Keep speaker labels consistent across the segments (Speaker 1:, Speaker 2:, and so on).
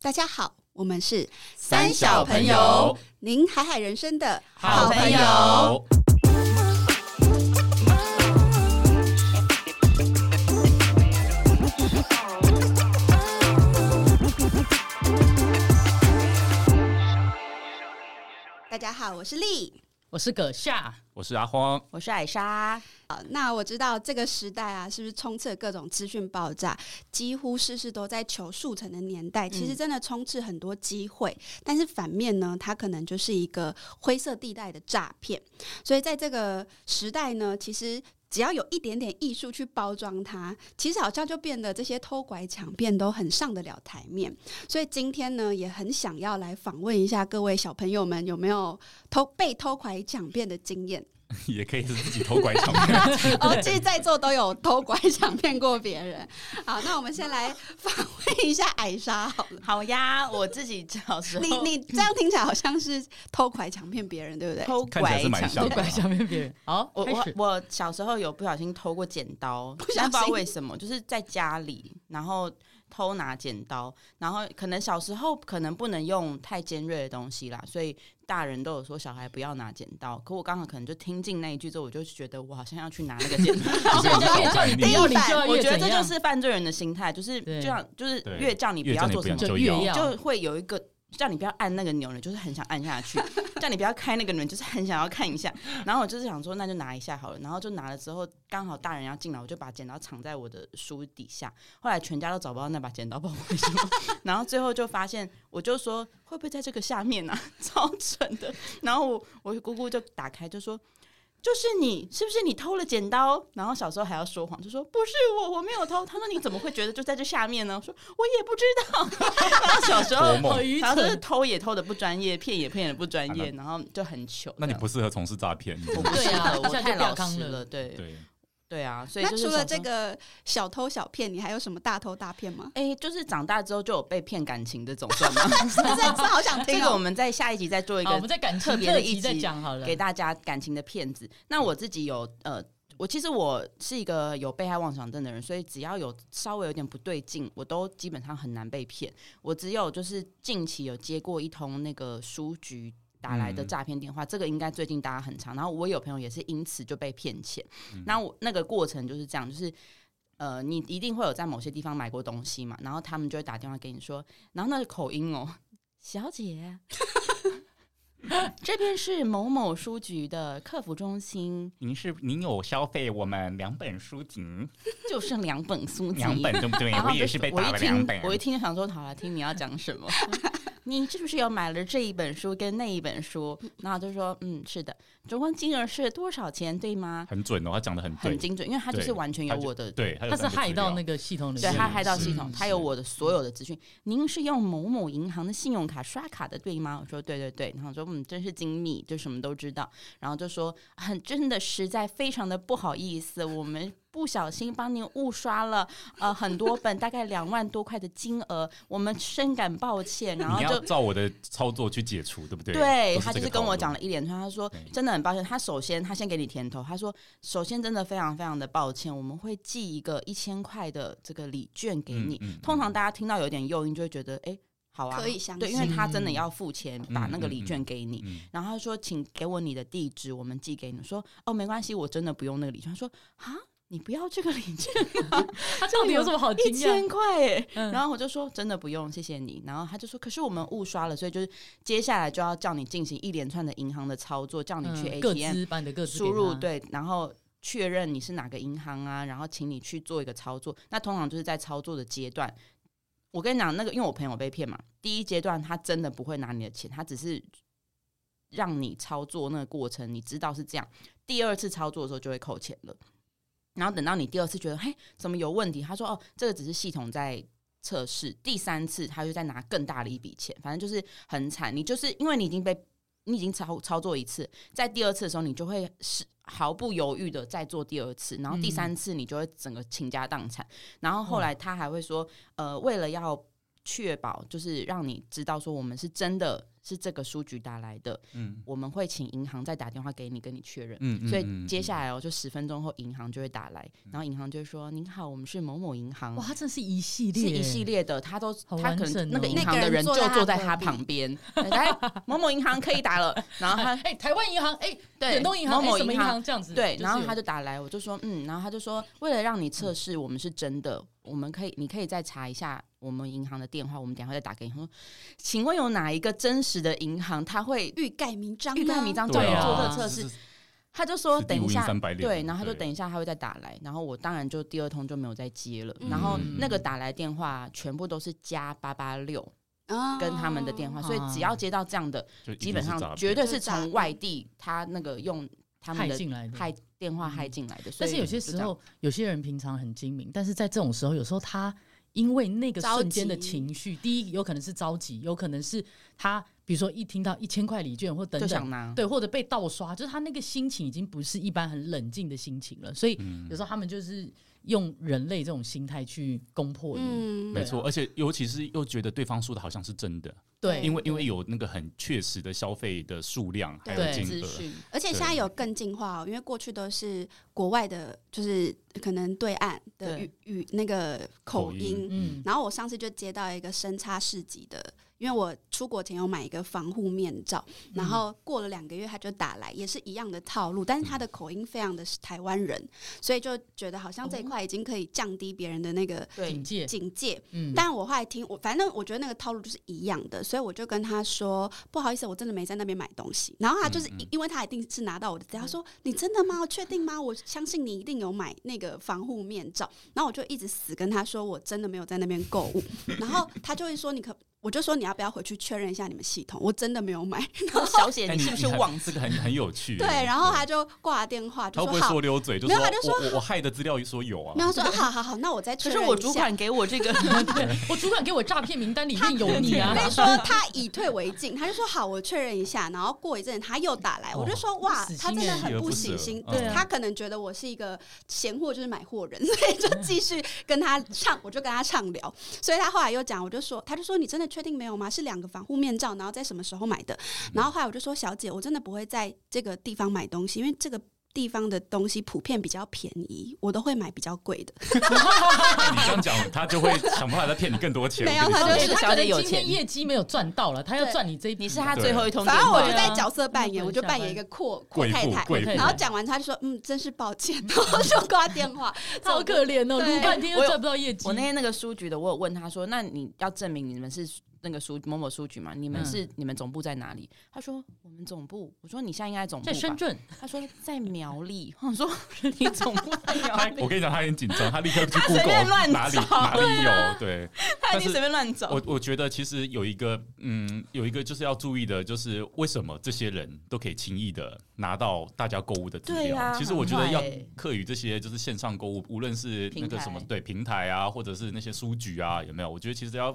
Speaker 1: 大家好，我们是
Speaker 2: 三小朋友，
Speaker 1: 您海海人生的
Speaker 2: 好朋友。
Speaker 1: 大家好，我是丽。
Speaker 3: 我是葛夏，
Speaker 2: 我是阿荒，
Speaker 4: 我是艾莎，
Speaker 1: 好，那我知道这个时代啊，是不是充斥各种资讯爆炸，几乎事事都在求速成的年代，其实真的充斥很多机会，但是反面呢，它可能就是一个灰色地带的诈骗。所以在这个时代呢，其实。只要有一点点艺术去包装它，其实好像就变得这些偷拐抢骗都很上得了台面。所以今天呢，也很想要来访问一下各位小朋友们，有没有偷被偷拐抢骗的经验？
Speaker 2: 也可以是自己偷拐抢 骗。
Speaker 1: 哦，其实在座都有偷拐 抢骗过别人。好，那我们先来访问一下艾莎好了。
Speaker 4: 好呀，我自己小时候
Speaker 1: 你你这样听起来好像是偷拐抢骗别人，对不对？
Speaker 4: 偷
Speaker 2: 看起来
Speaker 4: 拐
Speaker 2: 是蛮像
Speaker 4: 抢
Speaker 3: 都
Speaker 2: 的
Speaker 3: 怪下面别人。好，
Speaker 4: 我
Speaker 3: 开
Speaker 4: 我
Speaker 3: 始
Speaker 4: 我小时候有不小心偷过剪刀，
Speaker 1: 小心
Speaker 4: 但不知道为什么，就是在家里，然后偷拿剪刀，然后可能小时候可能不能用太尖锐的东西啦，所以大人都有说小孩不要拿剪刀。可我刚好可能就听进那一句之后，我就觉得我好像要去拿那个剪刀。
Speaker 2: 就是有这种概
Speaker 1: 第
Speaker 3: 没
Speaker 1: 一
Speaker 2: 念，
Speaker 3: 有你就要
Speaker 4: 我
Speaker 3: 越
Speaker 4: 觉得这
Speaker 3: 怎
Speaker 4: 就
Speaker 3: 样
Speaker 4: 是犯罪人的心态，就是
Speaker 3: 对
Speaker 4: 就像就是
Speaker 2: 对
Speaker 4: 越叫你不
Speaker 2: 越
Speaker 4: 要
Speaker 2: 叫你
Speaker 4: 做
Speaker 2: 不
Speaker 4: 什
Speaker 2: 要
Speaker 4: 么，
Speaker 3: 就
Speaker 2: 就
Speaker 3: 越
Speaker 2: 要。
Speaker 3: 要
Speaker 4: 就会有一个叫你不要按那个钮呢，就是很想按下去；叫你不要开那个钮，就是很想要看一下。然后我就是想说，那就拿一下好了。然后就拿了之后，刚好大人要进来，我就把剪刀藏在我的书底下。后来全家都找不到那把剪刀，不知道为什么。然后最后就发现，我就说会不会在这个下面啊？ 超蠢的。然后我我姑姑就打开就说。就是你，是不是你偷了剪刀？然后小时候还要说谎，就说不是我，我没有偷。他说你怎么会觉得就在这下面呢？我说我也不知道。 然后小时候
Speaker 2: 多梦
Speaker 3: 好愚
Speaker 4: 然后就是
Speaker 3: 蠢。
Speaker 4: 偷也偷的不专业，骗也骗的不专业，
Speaker 2: 啊
Speaker 4: 然后就很糗。
Speaker 2: 那你不适合从事诈骗。你
Speaker 4: 我
Speaker 2: 真
Speaker 4: 不
Speaker 2: 的
Speaker 4: 适
Speaker 3: 对啊
Speaker 4: 合，我
Speaker 3: 这样就
Speaker 4: 太
Speaker 3: 表
Speaker 4: 老
Speaker 3: 康
Speaker 4: 实
Speaker 3: 了
Speaker 4: 了，对
Speaker 2: 对，
Speaker 4: 对啊，所以
Speaker 1: 那
Speaker 4: 就是
Speaker 1: 除了
Speaker 4: 想
Speaker 1: 这
Speaker 4: 说，
Speaker 1: 个小偷小骗，你还有什么大偷大骗 吗？
Speaker 4: 哎，就是长大之后就有被骗感情的总算吗？
Speaker 1: 真的是好想
Speaker 4: 这
Speaker 1: 听
Speaker 4: 个我
Speaker 1: 哦。
Speaker 4: 们在下一集再做一
Speaker 3: 好，我
Speaker 4: 个
Speaker 3: 们在感
Speaker 4: 特
Speaker 3: 情
Speaker 4: 别的
Speaker 3: 特
Speaker 4: 一
Speaker 3: 辑再
Speaker 4: 集
Speaker 3: 讲好了
Speaker 4: 给。大家感情的骗子。那我自己有呃，我其实我是一个有被害妄想症的人，所以只要有稍微有点不对劲，我都基本上很难被骗。我只有就是近期有接过一通那个书局。打来的
Speaker 2: 嗯
Speaker 4: 诈骗电话，这个应该最近大家很常。然后我有朋友也是因此就被骗钱。
Speaker 2: 嗯
Speaker 4: 那我那个过程就是这样，就是呃，你一定会有在某些地方买过东西嘛，然后他们就会打电话给你说，然后那个口音哦，小姐， 这边是某某书局的客服中心，
Speaker 2: 您是您有消费我们两本书籍，
Speaker 4: 就剩两本书 籍，
Speaker 2: 两本对不对？
Speaker 4: 然后
Speaker 2: 我
Speaker 4: 就
Speaker 2: 也是被打
Speaker 4: 哦我
Speaker 2: 了
Speaker 4: 一听
Speaker 2: 两本。
Speaker 4: 我一听就想说，好了，听你要 讲什么。你是不是有买了这一本书跟那一本书？然后就说，嗯，是的，总共金额是多少钱，对吗？
Speaker 2: 很准哦，他讲的很
Speaker 4: 很
Speaker 2: 对，
Speaker 4: 精准，因为他就是
Speaker 2: 对
Speaker 4: 完全有
Speaker 2: 他就
Speaker 4: 我的
Speaker 2: 对，
Speaker 3: 他是害到那
Speaker 2: 个
Speaker 3: 个系统里
Speaker 4: 对
Speaker 3: 面，
Speaker 4: 他害到
Speaker 2: 嗯
Speaker 4: 系
Speaker 2: 是
Speaker 4: 统，
Speaker 2: 是
Speaker 4: 他有我的所有的资讯。您是用某某银行的信用卡刷卡的，对吗？我说对对对，然后说嗯，真是精密，就什么都知道。然后就说很真的实在非常的不好意思，我们不小心帮您误刷了呃很多本，大概两万多块的金额，我们深感抱歉。然后
Speaker 2: 你要
Speaker 4: 就
Speaker 2: 照我的操作去解除，对不对？
Speaker 4: 对
Speaker 2: 都
Speaker 4: 他
Speaker 2: 这
Speaker 4: 就是
Speaker 2: 个
Speaker 4: 跟
Speaker 2: 套
Speaker 4: 我
Speaker 2: 路
Speaker 4: 讲了一连串，他说
Speaker 2: 对
Speaker 4: 真的很抱歉。他首先他先给你甜头，他说首先真的非常非常的抱歉，我们会寄一个一千块的这个礼券给你。
Speaker 2: 嗯嗯嗯
Speaker 4: 通常大家听到有点诱因，就会觉得哎、诶好啊，
Speaker 1: 可以相信
Speaker 4: 对，因为他真的要付钱把那个礼券给你。
Speaker 2: 嗯，
Speaker 4: 然后他说：“请给我你的地址，我们寄给你。”我说：“哦，没关系，我真的不用那个礼券。”他说：“啊，你不要这个礼 券，
Speaker 3: 他到底有什么好
Speaker 4: 一
Speaker 3: 惊讶？
Speaker 4: 千块耶！”
Speaker 3: 嗯
Speaker 4: 然后我就说真的不用，谢谢你。然后他就说，可是我们误刷了，所以就是接下来就要叫你进行一连串的银行的操作，叫你去
Speaker 3: 嗯各
Speaker 4: ATM
Speaker 3: 自把你的各自
Speaker 4: 输入，对，然后确认你是哪个银行啊，然后请你去做一个操作。那通常就是在操作的阶段，我跟你讲，那个因为我朋友被骗嘛，第一阶段他真的不会拿你的钱，他只是让你操作那个过程，你知道是这样。第二次操作的时候就会扣钱了。然后等到你第二次觉得，嘿，怎么有问题？他说，哦，这个只是系统在测试。第三次他就再拿更大的一笔钱，反正就是很惨。你就是因为你已经被你已经操操作一次，在第二次的时候，你就会是毫不犹豫的再做第二次，然后第三次你就会整个倾家荡产。然后后来他还会说，呃，为了要确保就是让你知道说我们是真的是这个书局打来的，
Speaker 2: 嗯
Speaker 4: 我们会请银行再打电话给你，跟你确认。
Speaker 2: 嗯，嗯嗯
Speaker 4: 所以
Speaker 2: 嗯
Speaker 4: 接下来哦，就十分钟后银行就会打来，然后银行就会说：“您好，我们是某某银行。”
Speaker 3: 哇，它真的是一系
Speaker 4: 是
Speaker 3: 列，
Speaker 4: 一系列的，他都
Speaker 3: 好
Speaker 4: 他
Speaker 3: 完
Speaker 4: 可
Speaker 3: 整
Speaker 4: 能那个
Speaker 3: 哦
Speaker 4: 银行
Speaker 1: 那
Speaker 4: 的
Speaker 1: 个人
Speaker 4: 人就
Speaker 1: 坐在他
Speaker 4: 坐在
Speaker 1: 隔
Speaker 4: 他
Speaker 1: 壁
Speaker 4: 旁边，哎来某某银行可以打了，然后 他
Speaker 3: 哎、台湾银行，哎、
Speaker 4: 对
Speaker 3: 远东银行，
Speaker 4: 某
Speaker 3: 哎
Speaker 4: 某
Speaker 3: 什么
Speaker 4: 银
Speaker 3: 银
Speaker 4: 行。
Speaker 3: 行这样子，
Speaker 4: 对，然后
Speaker 3: 是嗯
Speaker 4: 他就打来，我就说嗯，然后他就说，为了让你测试我们是真的，我们可以，你可以再查一下我们银行的电话，我们等一下再打给你。他说，请问有哪一个真实的银行他会
Speaker 1: 欲盖弥彰，
Speaker 4: 欲盖弥。彰叫
Speaker 2: 对
Speaker 4: 你
Speaker 2: 啊
Speaker 4: 做这
Speaker 3: 对
Speaker 4: 个测试？
Speaker 2: 是
Speaker 4: 他就说
Speaker 2: 此地
Speaker 4: 等一
Speaker 2: 无银
Speaker 4: 下，
Speaker 2: 三百两
Speaker 4: 对，然后他就
Speaker 2: 对
Speaker 4: 等一下他会再打来，然后我当然就第二通就没有再接了。
Speaker 1: 嗯
Speaker 4: 然后那个打来电话全部都是加八八六
Speaker 1: 啊
Speaker 4: 跟他们的电话，所以只要接到这样的，
Speaker 2: 就一定
Speaker 4: 基本
Speaker 2: 是诈
Speaker 4: 上
Speaker 2: 骗
Speaker 4: 绝对
Speaker 1: 就是是诈
Speaker 4: 从
Speaker 1: 骗
Speaker 4: 外地他那个用他们
Speaker 3: 害
Speaker 4: 的
Speaker 3: 进来的。
Speaker 4: 害电话
Speaker 3: 嗯
Speaker 4: 害进来的。所
Speaker 3: 但是
Speaker 4: 以
Speaker 3: 有些
Speaker 4: 就
Speaker 3: 时
Speaker 4: 这样
Speaker 3: 候，有些人平常很精明，但是在这种时候，有时候他因为那个瞬间的
Speaker 1: 着急
Speaker 3: 情绪，第一有可能是着急，有可能是他比如说一听到一千块礼券或等
Speaker 4: 就
Speaker 3: 等
Speaker 4: 想，拿，
Speaker 3: 对，或者被盗刷，就是他那个心情已经不是一般很冷静的心情了，所以
Speaker 2: 嗯
Speaker 3: 有时候他们就是用人类这种心态去攻破你。
Speaker 1: 嗯
Speaker 2: 没错，而且尤其是又觉得对方说的好像是真的，
Speaker 3: 对，
Speaker 2: 因为因为有那个很确实的消费的数量还有
Speaker 3: 对
Speaker 2: 金
Speaker 4: 资
Speaker 2: 额，
Speaker 4: 讯
Speaker 1: 而且现在有更进化哦，因为过去都是国外的，就是可能对岸的
Speaker 4: 对
Speaker 1: 语语那个口
Speaker 2: 口
Speaker 1: 音
Speaker 2: 音，
Speaker 3: 嗯，
Speaker 1: 然后我上次就接到一个深差市集的，因为我出国前有买一个防护面罩，然后过了两个月他就打来，也是一样的套路，但是他的口音非常的是台湾人，所以就觉得好像这一块已经可以降低别人的那个
Speaker 3: 警
Speaker 4: 对
Speaker 3: 戒，
Speaker 1: 警戒。
Speaker 3: 嗯，
Speaker 1: 但我后来听我，反正我觉得那个套路就是一样的，所以我就跟他说不好意思，我真的没在那边买东西。然后他就是
Speaker 2: 嗯嗯
Speaker 1: 因因为他一定是拿到我的资料，他说你真的吗？确定吗？我相信你一定有买那个防护面罩。然后我就一直死跟他说我真的没有在那边购物。 然后他就会说你可。我就说你要不要回去确认一下你们系统，我真的没有 买。
Speaker 4: 小姐
Speaker 2: 哎
Speaker 4: 你是不是
Speaker 2: 还
Speaker 4: 忘
Speaker 2: 这
Speaker 4: 记？
Speaker 2: 个很很有趣？
Speaker 1: 对，然后他就挂了电话，
Speaker 2: 他
Speaker 1: 就
Speaker 2: 会不
Speaker 1: 说
Speaker 2: 会
Speaker 1: 好
Speaker 2: 说，溜嘴？就
Speaker 1: 没
Speaker 2: 说
Speaker 1: 有他就说
Speaker 2: 我我我害的资料一说有啊
Speaker 1: 然，后说好好好，那我再确
Speaker 4: 可
Speaker 1: 认
Speaker 4: 是
Speaker 1: 一下。
Speaker 4: 我主管给我这个，
Speaker 3: 我主管给我诈骗名单里面有你啊
Speaker 1: 我，跟你说，他以退为进，他就说好，我确认一下。然后过一阵他又打来，
Speaker 2: 哦
Speaker 1: 我就说哇
Speaker 3: 不死，心
Speaker 1: 他真的很不死
Speaker 2: 锲
Speaker 1: 心嗯
Speaker 2: 而不舍
Speaker 3: 对啊
Speaker 1: 他可能觉得我是一个闲货，就是买货人，所以就继续跟他畅，我就跟他畅聊。所以他后来又讲，我就说，他就说你真的确定没有吗？是两个防护面罩，然后在什么时候买的？
Speaker 3: 嗯
Speaker 1: 然后后来我就说，小姐，我真的不会在这个地方买东西，因为这个。地方的东西普遍比较便宜，我都会买比较贵的。
Speaker 2: 哎你这样讲，他就会想办法再骗你更多钱。
Speaker 1: 没有
Speaker 2: 我跟你
Speaker 1: 他
Speaker 2: 说
Speaker 1: 就
Speaker 3: 对
Speaker 1: 是
Speaker 4: 这
Speaker 3: 他
Speaker 4: 个小
Speaker 3: 可
Speaker 4: 姐
Speaker 3: 能
Speaker 4: 有
Speaker 3: 今天
Speaker 4: 钱
Speaker 3: 业绩没有赚到了，他要
Speaker 1: 对
Speaker 3: 赚你这一笔，
Speaker 4: 你是他最后一通电
Speaker 1: 反正
Speaker 4: 话，
Speaker 1: 我就在角色扮
Speaker 3: 对
Speaker 1: 演，
Speaker 3: 啊
Speaker 1: 我就扮演一个阔阔
Speaker 2: 贵妇
Speaker 1: 太太，
Speaker 2: 贵妇
Speaker 1: 然后讲完他就说：“嗯，真是抱歉。”然后就挂电话。
Speaker 3: 他好可怜哦，
Speaker 1: 对
Speaker 3: 撸半天又赚不到业绩。
Speaker 4: 我那天那个书局的，我有问他说：“那你要证明你们是那个书某某书局嘛？你们
Speaker 3: 嗯
Speaker 4: 是、你们总部在哪里？”他说：“我们总部。”我说：“你现在应该在总部
Speaker 3: 在深
Speaker 4: 吧
Speaker 3: 圳，？”
Speaker 4: 他说：“在苗栗。”我说：“ 你总部在苗
Speaker 2: 他
Speaker 4: 栗，
Speaker 2: 我跟你讲，他很紧张，他立刻去
Speaker 4: 随
Speaker 2: Google
Speaker 4: 便乱
Speaker 2: 哪里
Speaker 4: 找
Speaker 2: 哪里有对。
Speaker 4: 他一
Speaker 2: 但
Speaker 4: 定
Speaker 2: 是
Speaker 4: 随便乱走。
Speaker 2: 我我觉得其实有一个嗯，有一个就是要注意的，就是为什么这些人都可以轻易的拿到大家购物的资
Speaker 4: 对
Speaker 2: 料。
Speaker 4: 呀
Speaker 2: 其实我觉得
Speaker 4: 很
Speaker 2: 要
Speaker 4: 坏欸
Speaker 2: 课于这些就是线上购物，无论是那个什么
Speaker 4: 平台
Speaker 2: 对平台啊，或者是那些书局啊，有没有？我觉得其实要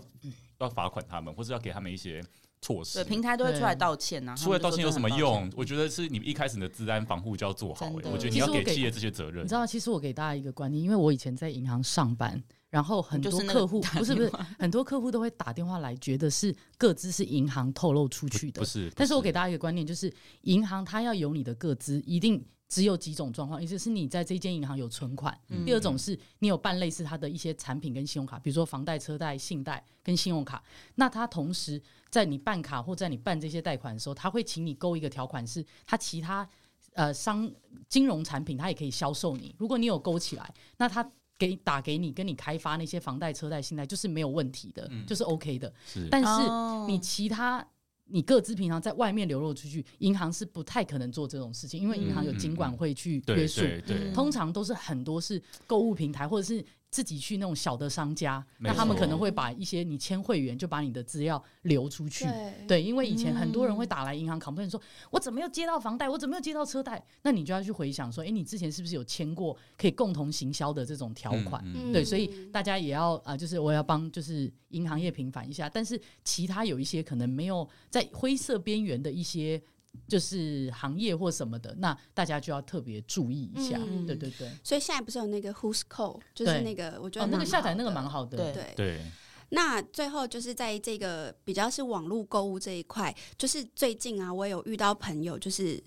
Speaker 2: 要罚款他们，或者要给他们一些措”施
Speaker 4: 对，。平台都会出来道歉呐、啊。
Speaker 2: 出来道歉有什么
Speaker 4: 他们就说真的
Speaker 2: 用
Speaker 4: 很？抱歉
Speaker 2: 我觉得是你一开始你的治安防护就要做好、欸
Speaker 4: 真的
Speaker 2: 我觉得你要
Speaker 3: 其实
Speaker 2: 给
Speaker 3: 我给
Speaker 2: 企业这些责任
Speaker 3: 你知。道，其实我给大家一个观念，因为我以前在银行上班，然后很多客户
Speaker 4: 就是那个
Speaker 3: 不是不是
Speaker 4: 打电
Speaker 3: 很多客户都会打电话来，觉得是各自是银行透露出去的
Speaker 2: 不。是，
Speaker 3: 但是我
Speaker 2: 不
Speaker 3: 给大家一个观念，就是银行它要有你的个资，一定只有几种状况，一就是你在这间银行有存款，
Speaker 4: 嗯
Speaker 3: 第二种是你有办类似它的一些产品跟信用卡，比如说房贷、车贷、信贷跟信用卡。那它同时在你办卡或在你办这些贷款的时候，它会请你勾一个条款是，它其他呃商金融产品它也可以销售你。如果你有勾起来，那它。给打给你，跟你开发那些房贷、车贷、信贷，就是没有问题的，
Speaker 2: 嗯
Speaker 3: 就是 OK 的。
Speaker 2: 是
Speaker 3: 但是
Speaker 4: 哦
Speaker 3: 你其他你各自平常在外面流露出去，银行是不太可能做这种事情，因为银行有金管会去
Speaker 2: 嗯对
Speaker 3: 约束。
Speaker 2: 对对，
Speaker 4: 嗯
Speaker 3: 通常都是很多是购物平台，或者是自己去那种小的商家，
Speaker 2: 没
Speaker 3: 那他们
Speaker 2: 错
Speaker 3: 可能会把一些你签会员就把你的资料流出去。
Speaker 1: 对，
Speaker 3: 对，因为以前很多人会打来银行 complain 说，我怎么又接到房贷，我怎么又接到车贷？那你就要去回想说，诶，你之前是不是有签过可以共同行销的这种条款？
Speaker 2: 嗯
Speaker 1: 嗯
Speaker 2: 嗯
Speaker 3: 对，所以大家也要啊、呃就是我要帮就是银行业平反一下，但是其他有一些可能没有在灰色边缘的一些就是行业或什么的，那大家就要特别注意一下。
Speaker 1: 嗯
Speaker 3: 对对对，
Speaker 1: 所以现在不是有那个 Who's Call，就是那个我觉得
Speaker 3: 哦，那个
Speaker 1: 蛮
Speaker 3: 下载
Speaker 1: 好
Speaker 3: 那个
Speaker 1: 的
Speaker 3: 蛮好的，
Speaker 4: 对
Speaker 1: 对。
Speaker 2: 对，
Speaker 1: 那最后就是在这个比较是网络购物这一块，就是最近啊，我有遇到朋友就是。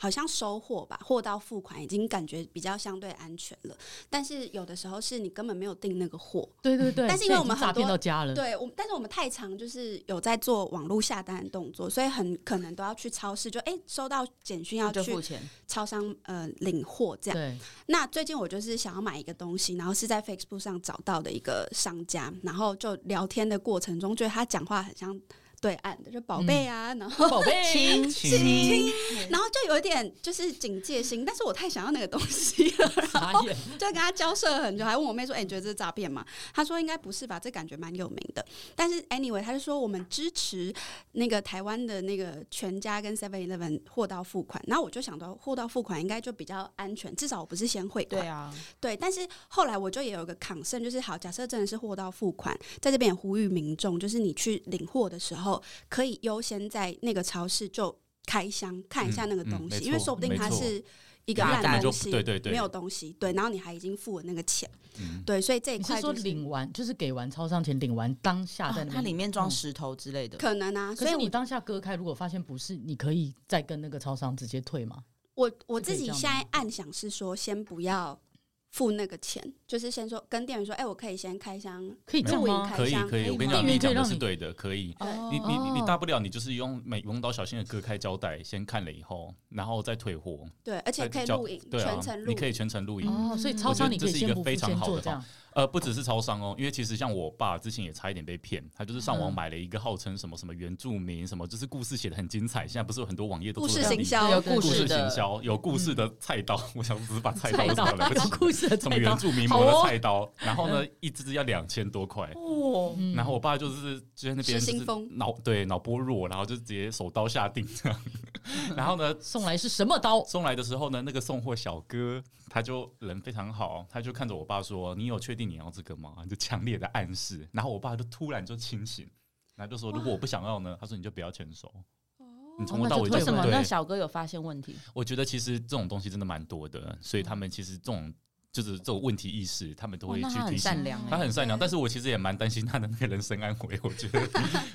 Speaker 1: 好像收货吧，货到付款已经感觉比较相对安全了，但是有的时候是你根本没有订那个货，
Speaker 3: 对对对，
Speaker 1: 但是因为
Speaker 3: 现在
Speaker 1: 我们
Speaker 3: 已经诈
Speaker 1: 很多
Speaker 3: 骗到家
Speaker 4: 嗯
Speaker 3: 了，
Speaker 1: 对，我们但是我们太常就是有在做网络下单的动作，所以很可能都要去超市，就哎、诶收到简讯要
Speaker 4: 就
Speaker 1: 去
Speaker 4: 付钱，
Speaker 2: 啊
Speaker 1: 超商呃领货这样。
Speaker 3: 对，
Speaker 1: 那最近我就是想要买一个东西，然后是在 Facebook 上找到的一个商家，然后就聊天的过程中，觉得他讲话很像对岸的，就宝贝
Speaker 4: 嗯
Speaker 1: 啊，然后
Speaker 3: 宝贝，
Speaker 4: 亲
Speaker 2: 亲
Speaker 1: 然后就有一点就是警戒心，但是我太想要那个东西了，
Speaker 3: 傻眼，
Speaker 1: 就跟他交涉了很久，还问我妹说：“哎、你觉得这是诈骗吗？”她说：“应该不是吧，这感觉蛮有名的。”但是 anyway，她就说我们支持那个台湾的那个全家跟 Seven Eleven 货到付款。然后我就想到货到付款应该就比较安全，至少我不是先汇款。
Speaker 4: 对啊，
Speaker 1: 对，但是后来我就也有一个 concern，就是好，假设真的是货到付款，在这边也呼吁民众，就是你去领货的时候，可以优先在那个超市就开箱看一下那个
Speaker 2: 嗯嗯
Speaker 1: 东西，
Speaker 2: 没
Speaker 1: 因为
Speaker 2: 错
Speaker 1: 说不定
Speaker 2: 没
Speaker 1: 它
Speaker 2: 错
Speaker 1: 是一个
Speaker 4: 打
Speaker 1: 烂
Speaker 4: 单
Speaker 1: 东
Speaker 2: 就
Speaker 1: 西，
Speaker 2: 对对对
Speaker 1: 没有东西，对，然后你还已经付了那个钱，
Speaker 2: 嗯
Speaker 1: 对，所以这一
Speaker 3: 你
Speaker 1: 块、
Speaker 3: 是说
Speaker 1: 就是、
Speaker 3: 领完就是给完超商钱，领完当下在那
Speaker 4: 啊它
Speaker 3: 边
Speaker 4: 里面装
Speaker 3: 嗯
Speaker 4: 石头之类的，
Speaker 1: 可能啊，
Speaker 3: 可
Speaker 1: 所以
Speaker 3: 是你
Speaker 1: 我
Speaker 3: 当下割开，如果发现不是，你可以再跟那个超商直接退吗？
Speaker 1: 我我
Speaker 3: 是可以
Speaker 1: 自己
Speaker 3: 这样
Speaker 1: 现在暗想是说，先不要付那个钱，就是先说跟店员说，哎、我可以先开箱，
Speaker 3: 可以这样
Speaker 1: 自我
Speaker 3: 吗
Speaker 1: 开？
Speaker 2: 可以
Speaker 1: 箱
Speaker 2: 可以，
Speaker 1: 可以
Speaker 2: 我跟你
Speaker 1: 吗
Speaker 2: 讲，
Speaker 1: 因为
Speaker 2: 你
Speaker 3: 可以
Speaker 2: 讲的
Speaker 3: 让
Speaker 2: 是
Speaker 3: 你
Speaker 2: 对的，可以。
Speaker 1: 对
Speaker 2: 你你你
Speaker 3: 哦
Speaker 2: 大不了你就是用美容刀小心的割开胶带，先看了以后，然后再退货，
Speaker 1: 对，而且
Speaker 2: 再
Speaker 1: 可以
Speaker 2: 交
Speaker 1: 录影，
Speaker 2: 对啊
Speaker 1: 全程，录
Speaker 2: 你可
Speaker 1: 影，
Speaker 2: 以全程录影。
Speaker 3: 哦，所以
Speaker 1: 嗯
Speaker 3: 超商你可以先不
Speaker 2: 我觉
Speaker 3: 付
Speaker 2: 得这是一个非
Speaker 3: 先
Speaker 2: 常好
Speaker 3: 做
Speaker 2: 的
Speaker 3: 这样，
Speaker 2: 呃，不只是超商哦，因为其实像我爸之前也差一点被骗，他就是上网
Speaker 3: 嗯
Speaker 2: 买了一个号称什么什么原住民什么，就是故事写的很精彩。现在不是有很多网页都
Speaker 1: 故
Speaker 2: 做
Speaker 1: 事
Speaker 2: 得很
Speaker 1: 行
Speaker 2: 厉
Speaker 1: 销
Speaker 4: 是，有
Speaker 3: 对
Speaker 2: 故
Speaker 4: 故事
Speaker 2: 事
Speaker 4: 的
Speaker 2: 行销有故事的菜刀，我想只是把菜刀
Speaker 3: 菜
Speaker 2: 是
Speaker 3: 刀
Speaker 2: 很了不
Speaker 3: 有
Speaker 2: 起
Speaker 3: 故事的
Speaker 2: 的，什么
Speaker 3: 菜
Speaker 2: 原
Speaker 3: 刀
Speaker 2: 住民
Speaker 3: 好
Speaker 2: 磨的
Speaker 3: 哦
Speaker 2: 菜刀，然后呢，一只要两千多块。
Speaker 4: 哦，
Speaker 3: 嗯
Speaker 2: 然后我爸就是就在那边
Speaker 1: 失
Speaker 2: 就
Speaker 1: 心
Speaker 2: 是
Speaker 1: 疯
Speaker 2: 脑对脑波弱，然后就直接手刀下定这样。 然后呢，
Speaker 3: 送来是什么刀？
Speaker 2: 送来的时候呢，那个送货小哥他就人非常好，他就看着我爸说：“你有确定你要这个吗？”就强烈的暗示。然后我爸就突然就清醒，然后就说：“如果我不想要呢？”他说：“你就不要签收。”你从头
Speaker 3: 那
Speaker 2: 到
Speaker 3: 就
Speaker 2: 尾
Speaker 3: 退
Speaker 2: 就
Speaker 3: 回
Speaker 4: 为什么
Speaker 2: 对
Speaker 4: 那小哥有发现问题？
Speaker 2: 我觉得其实这种东西真的蛮多的，所以他们其实这种就是这种问题意识，他们都
Speaker 4: 哇
Speaker 2: 会
Speaker 4: 哦那
Speaker 2: 去
Speaker 4: 他很
Speaker 2: 提醒。
Speaker 4: 善良
Speaker 2: 他
Speaker 4: 欸，
Speaker 2: 很善良，但是我其实也蛮担心他的那个人身安危。我觉得，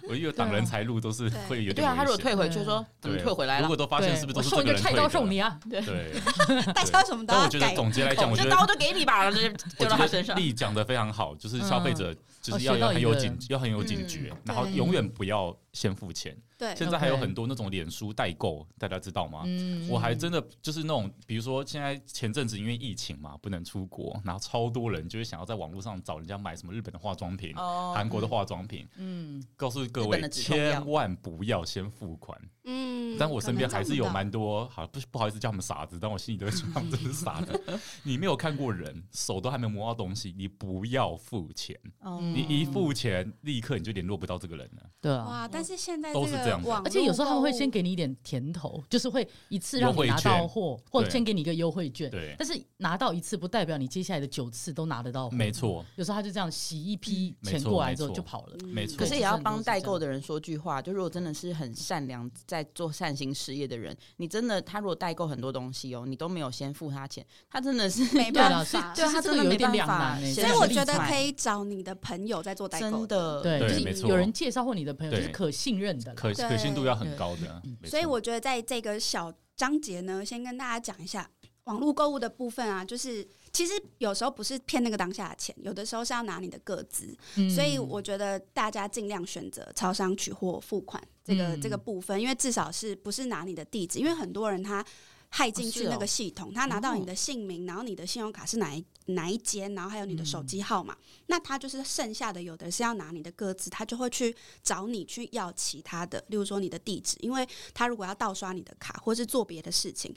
Speaker 2: 我因为挡人财路都是
Speaker 1: 对
Speaker 2: 会有点
Speaker 4: 对啊，他如果
Speaker 2: 危
Speaker 4: 退
Speaker 2: 险嗯
Speaker 4: 回去说怎么
Speaker 2: 对
Speaker 4: 退回来
Speaker 2: 如
Speaker 4: 了
Speaker 2: 果？都发现
Speaker 3: 对，
Speaker 2: 是不是都
Speaker 3: 我
Speaker 2: 是这
Speaker 3: 送一
Speaker 2: 个
Speaker 3: 个
Speaker 2: 人
Speaker 3: 菜
Speaker 2: 退
Speaker 3: 刀
Speaker 2: 的
Speaker 3: 送你啊？
Speaker 2: 对，
Speaker 1: 大家什么都
Speaker 2: 但
Speaker 1: 要
Speaker 2: 我觉得
Speaker 1: 改，
Speaker 2: 总结来讲，我觉
Speaker 4: 这
Speaker 2: 得
Speaker 4: 刀就给你吧， 直接
Speaker 2: 我
Speaker 4: 丢
Speaker 2: 觉
Speaker 4: 到他
Speaker 2: 得
Speaker 4: 身上。
Speaker 2: 丽讲的非常好，就是
Speaker 3: 嗯
Speaker 2: 消费者就是要
Speaker 3: 哦学到
Speaker 2: 要很
Speaker 3: 一
Speaker 2: 有
Speaker 3: 个
Speaker 2: 警，要很有警觉，然后
Speaker 1: 对
Speaker 2: 永远不要先付钱。
Speaker 1: 对，
Speaker 2: 现在还有
Speaker 3: OK
Speaker 2: 很多那种脸书代购，大家知道吗？
Speaker 3: 嗯
Speaker 2: 我还真的就是那种，比如说现在前阵子因为疫情嘛，不能出国，然后超多人就是想要在网络上找人家买什么日本的化妆品、
Speaker 4: 哦
Speaker 2: 韩国的化妆品。
Speaker 3: 嗯，
Speaker 2: 告诉各
Speaker 4: 日本
Speaker 2: 位
Speaker 4: 的，止痛药
Speaker 2: 千万不要先付款。
Speaker 1: 嗯，
Speaker 2: 但我身边
Speaker 1: 可能
Speaker 2: 还是有
Speaker 1: 找不到
Speaker 2: 蛮多，好不不好意思叫他们傻子，但我心里都会说他们真是傻 子。你没有看过人，手都还没摸到东西，你不要付钱。
Speaker 4: 嗯
Speaker 3: 哦
Speaker 2: 你一付钱，立刻你就联络不到这个人了。
Speaker 3: 对啊。
Speaker 1: 哇，但是现在
Speaker 2: 都是这
Speaker 1: 个
Speaker 2: 样子
Speaker 1: 网，
Speaker 3: 而且有时候他们会先，给你一点甜头，
Speaker 1: 哦
Speaker 3: 就是会一次让
Speaker 2: 优
Speaker 3: 你
Speaker 2: 惠
Speaker 3: 拿
Speaker 2: 券
Speaker 3: 到货，或者
Speaker 2: 对
Speaker 3: 先给你一个优惠券。
Speaker 2: 对，
Speaker 3: 但是拿到一次不代表你接下来的九次都拿得到货，
Speaker 2: 没。错，
Speaker 3: 有时候他就这样洗一批
Speaker 2: 没
Speaker 3: 钱
Speaker 2: 错
Speaker 3: 过来之后
Speaker 2: 没错
Speaker 3: 就跑了。
Speaker 2: 没错
Speaker 4: 可是也要帮代购
Speaker 3: 的
Speaker 4: 的人说句话，就如果真的是很善良，在做善心事业的人，你真的他如果代购很多东西哦，你都没有先付他钱，他真的是
Speaker 1: 没
Speaker 3: 对
Speaker 1: 办
Speaker 3: 啦，
Speaker 1: 法
Speaker 3: 是
Speaker 4: 对
Speaker 3: 其实
Speaker 4: 啊他
Speaker 3: 这个
Speaker 4: 真的
Speaker 3: 有
Speaker 4: 没
Speaker 3: 一点
Speaker 4: 办
Speaker 3: 两
Speaker 4: 法
Speaker 3: 难欸
Speaker 4: 是
Speaker 1: 所以
Speaker 4: 这
Speaker 1: 我
Speaker 4: 是
Speaker 1: 觉得
Speaker 4: 例
Speaker 1: 可
Speaker 4: 外
Speaker 1: 以找你的朋友在做代购
Speaker 4: 真。的
Speaker 3: 对，
Speaker 2: 对
Speaker 3: 就
Speaker 2: 没
Speaker 3: 是
Speaker 2: 错
Speaker 3: 有人介绍或你的朋友，就
Speaker 2: 对
Speaker 3: 是可信任的啦。
Speaker 2: 可
Speaker 1: 对
Speaker 2: 可信度要很高的。没错
Speaker 1: 所以我觉得在这个小章节呢，先跟大家讲一下网络购物的部分啊，就是其实有时候不是骗那个当下的钱，有的时候是要拿你的个资，
Speaker 3: 嗯
Speaker 1: 所以我觉得大家尽量选择超商取货付款这个、
Speaker 3: 嗯
Speaker 1: 这个部分，因为至少是不是拿你的地址，因为很多人他。害进
Speaker 4: 哦是
Speaker 1: 去
Speaker 4: 哦
Speaker 1: 那个系统，他拿到你的姓名，然后你的信用卡是哪一哪一间，然后还有你的手
Speaker 4: 嗯
Speaker 1: 机号码，那他就是剩下的有的是要拿你的个资，他就会去找你去要其他的，例如说你的地址，因为他如果要盗刷你的卡或是做别的事情，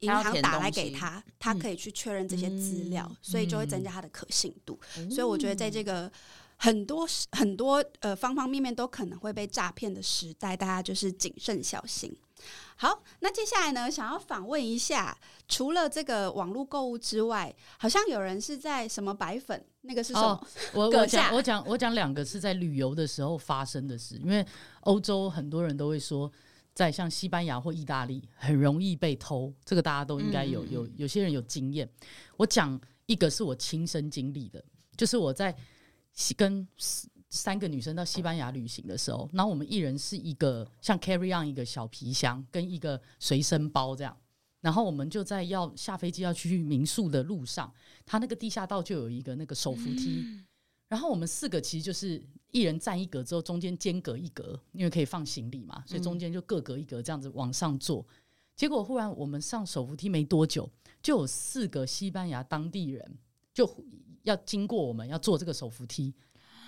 Speaker 1: 银
Speaker 4: 他要
Speaker 1: 行
Speaker 4: 填
Speaker 1: 打来
Speaker 4: 东
Speaker 1: 给
Speaker 4: 西
Speaker 1: 他，他可以去确认这些资料，
Speaker 4: 嗯哦
Speaker 1: 所以就会增加他的可信度。所以我觉得在这个很多时很多呃方方面面都可能会被诈骗的时代，大家就是谨慎小心。好，那接下来呢，想要访问一下，除了这个网络购物之外，好像有人是在什么白粉，那个是什么？
Speaker 3: 哦我
Speaker 1: 葛
Speaker 3: 我
Speaker 1: 夏
Speaker 3: 讲我讲我讲两个是在旅游的时候发生的事，因为欧洲很多人都会说，在像西班牙或意大利很容易被偷，这个大家都应该有
Speaker 4: 嗯
Speaker 3: 有有些人有经验。我讲一个是我亲身经历的，就是我在西跟三个女生到西班牙旅行的时候，然后我们一人是一个像 carry on 一个小皮箱跟一个随身包这样，然后我们就在要下飞机要去民宿的路上，它那个地下道就有一个那个手扶梯，然后我们四个其实就是一人站一格之后，中间间隔一格，因为可以放行李嘛，所以中间就各隔一格这样子往上坐。结果忽然我们上手扶梯没多久，就有四个西班牙当地人就要经过我们要坐这个手扶梯，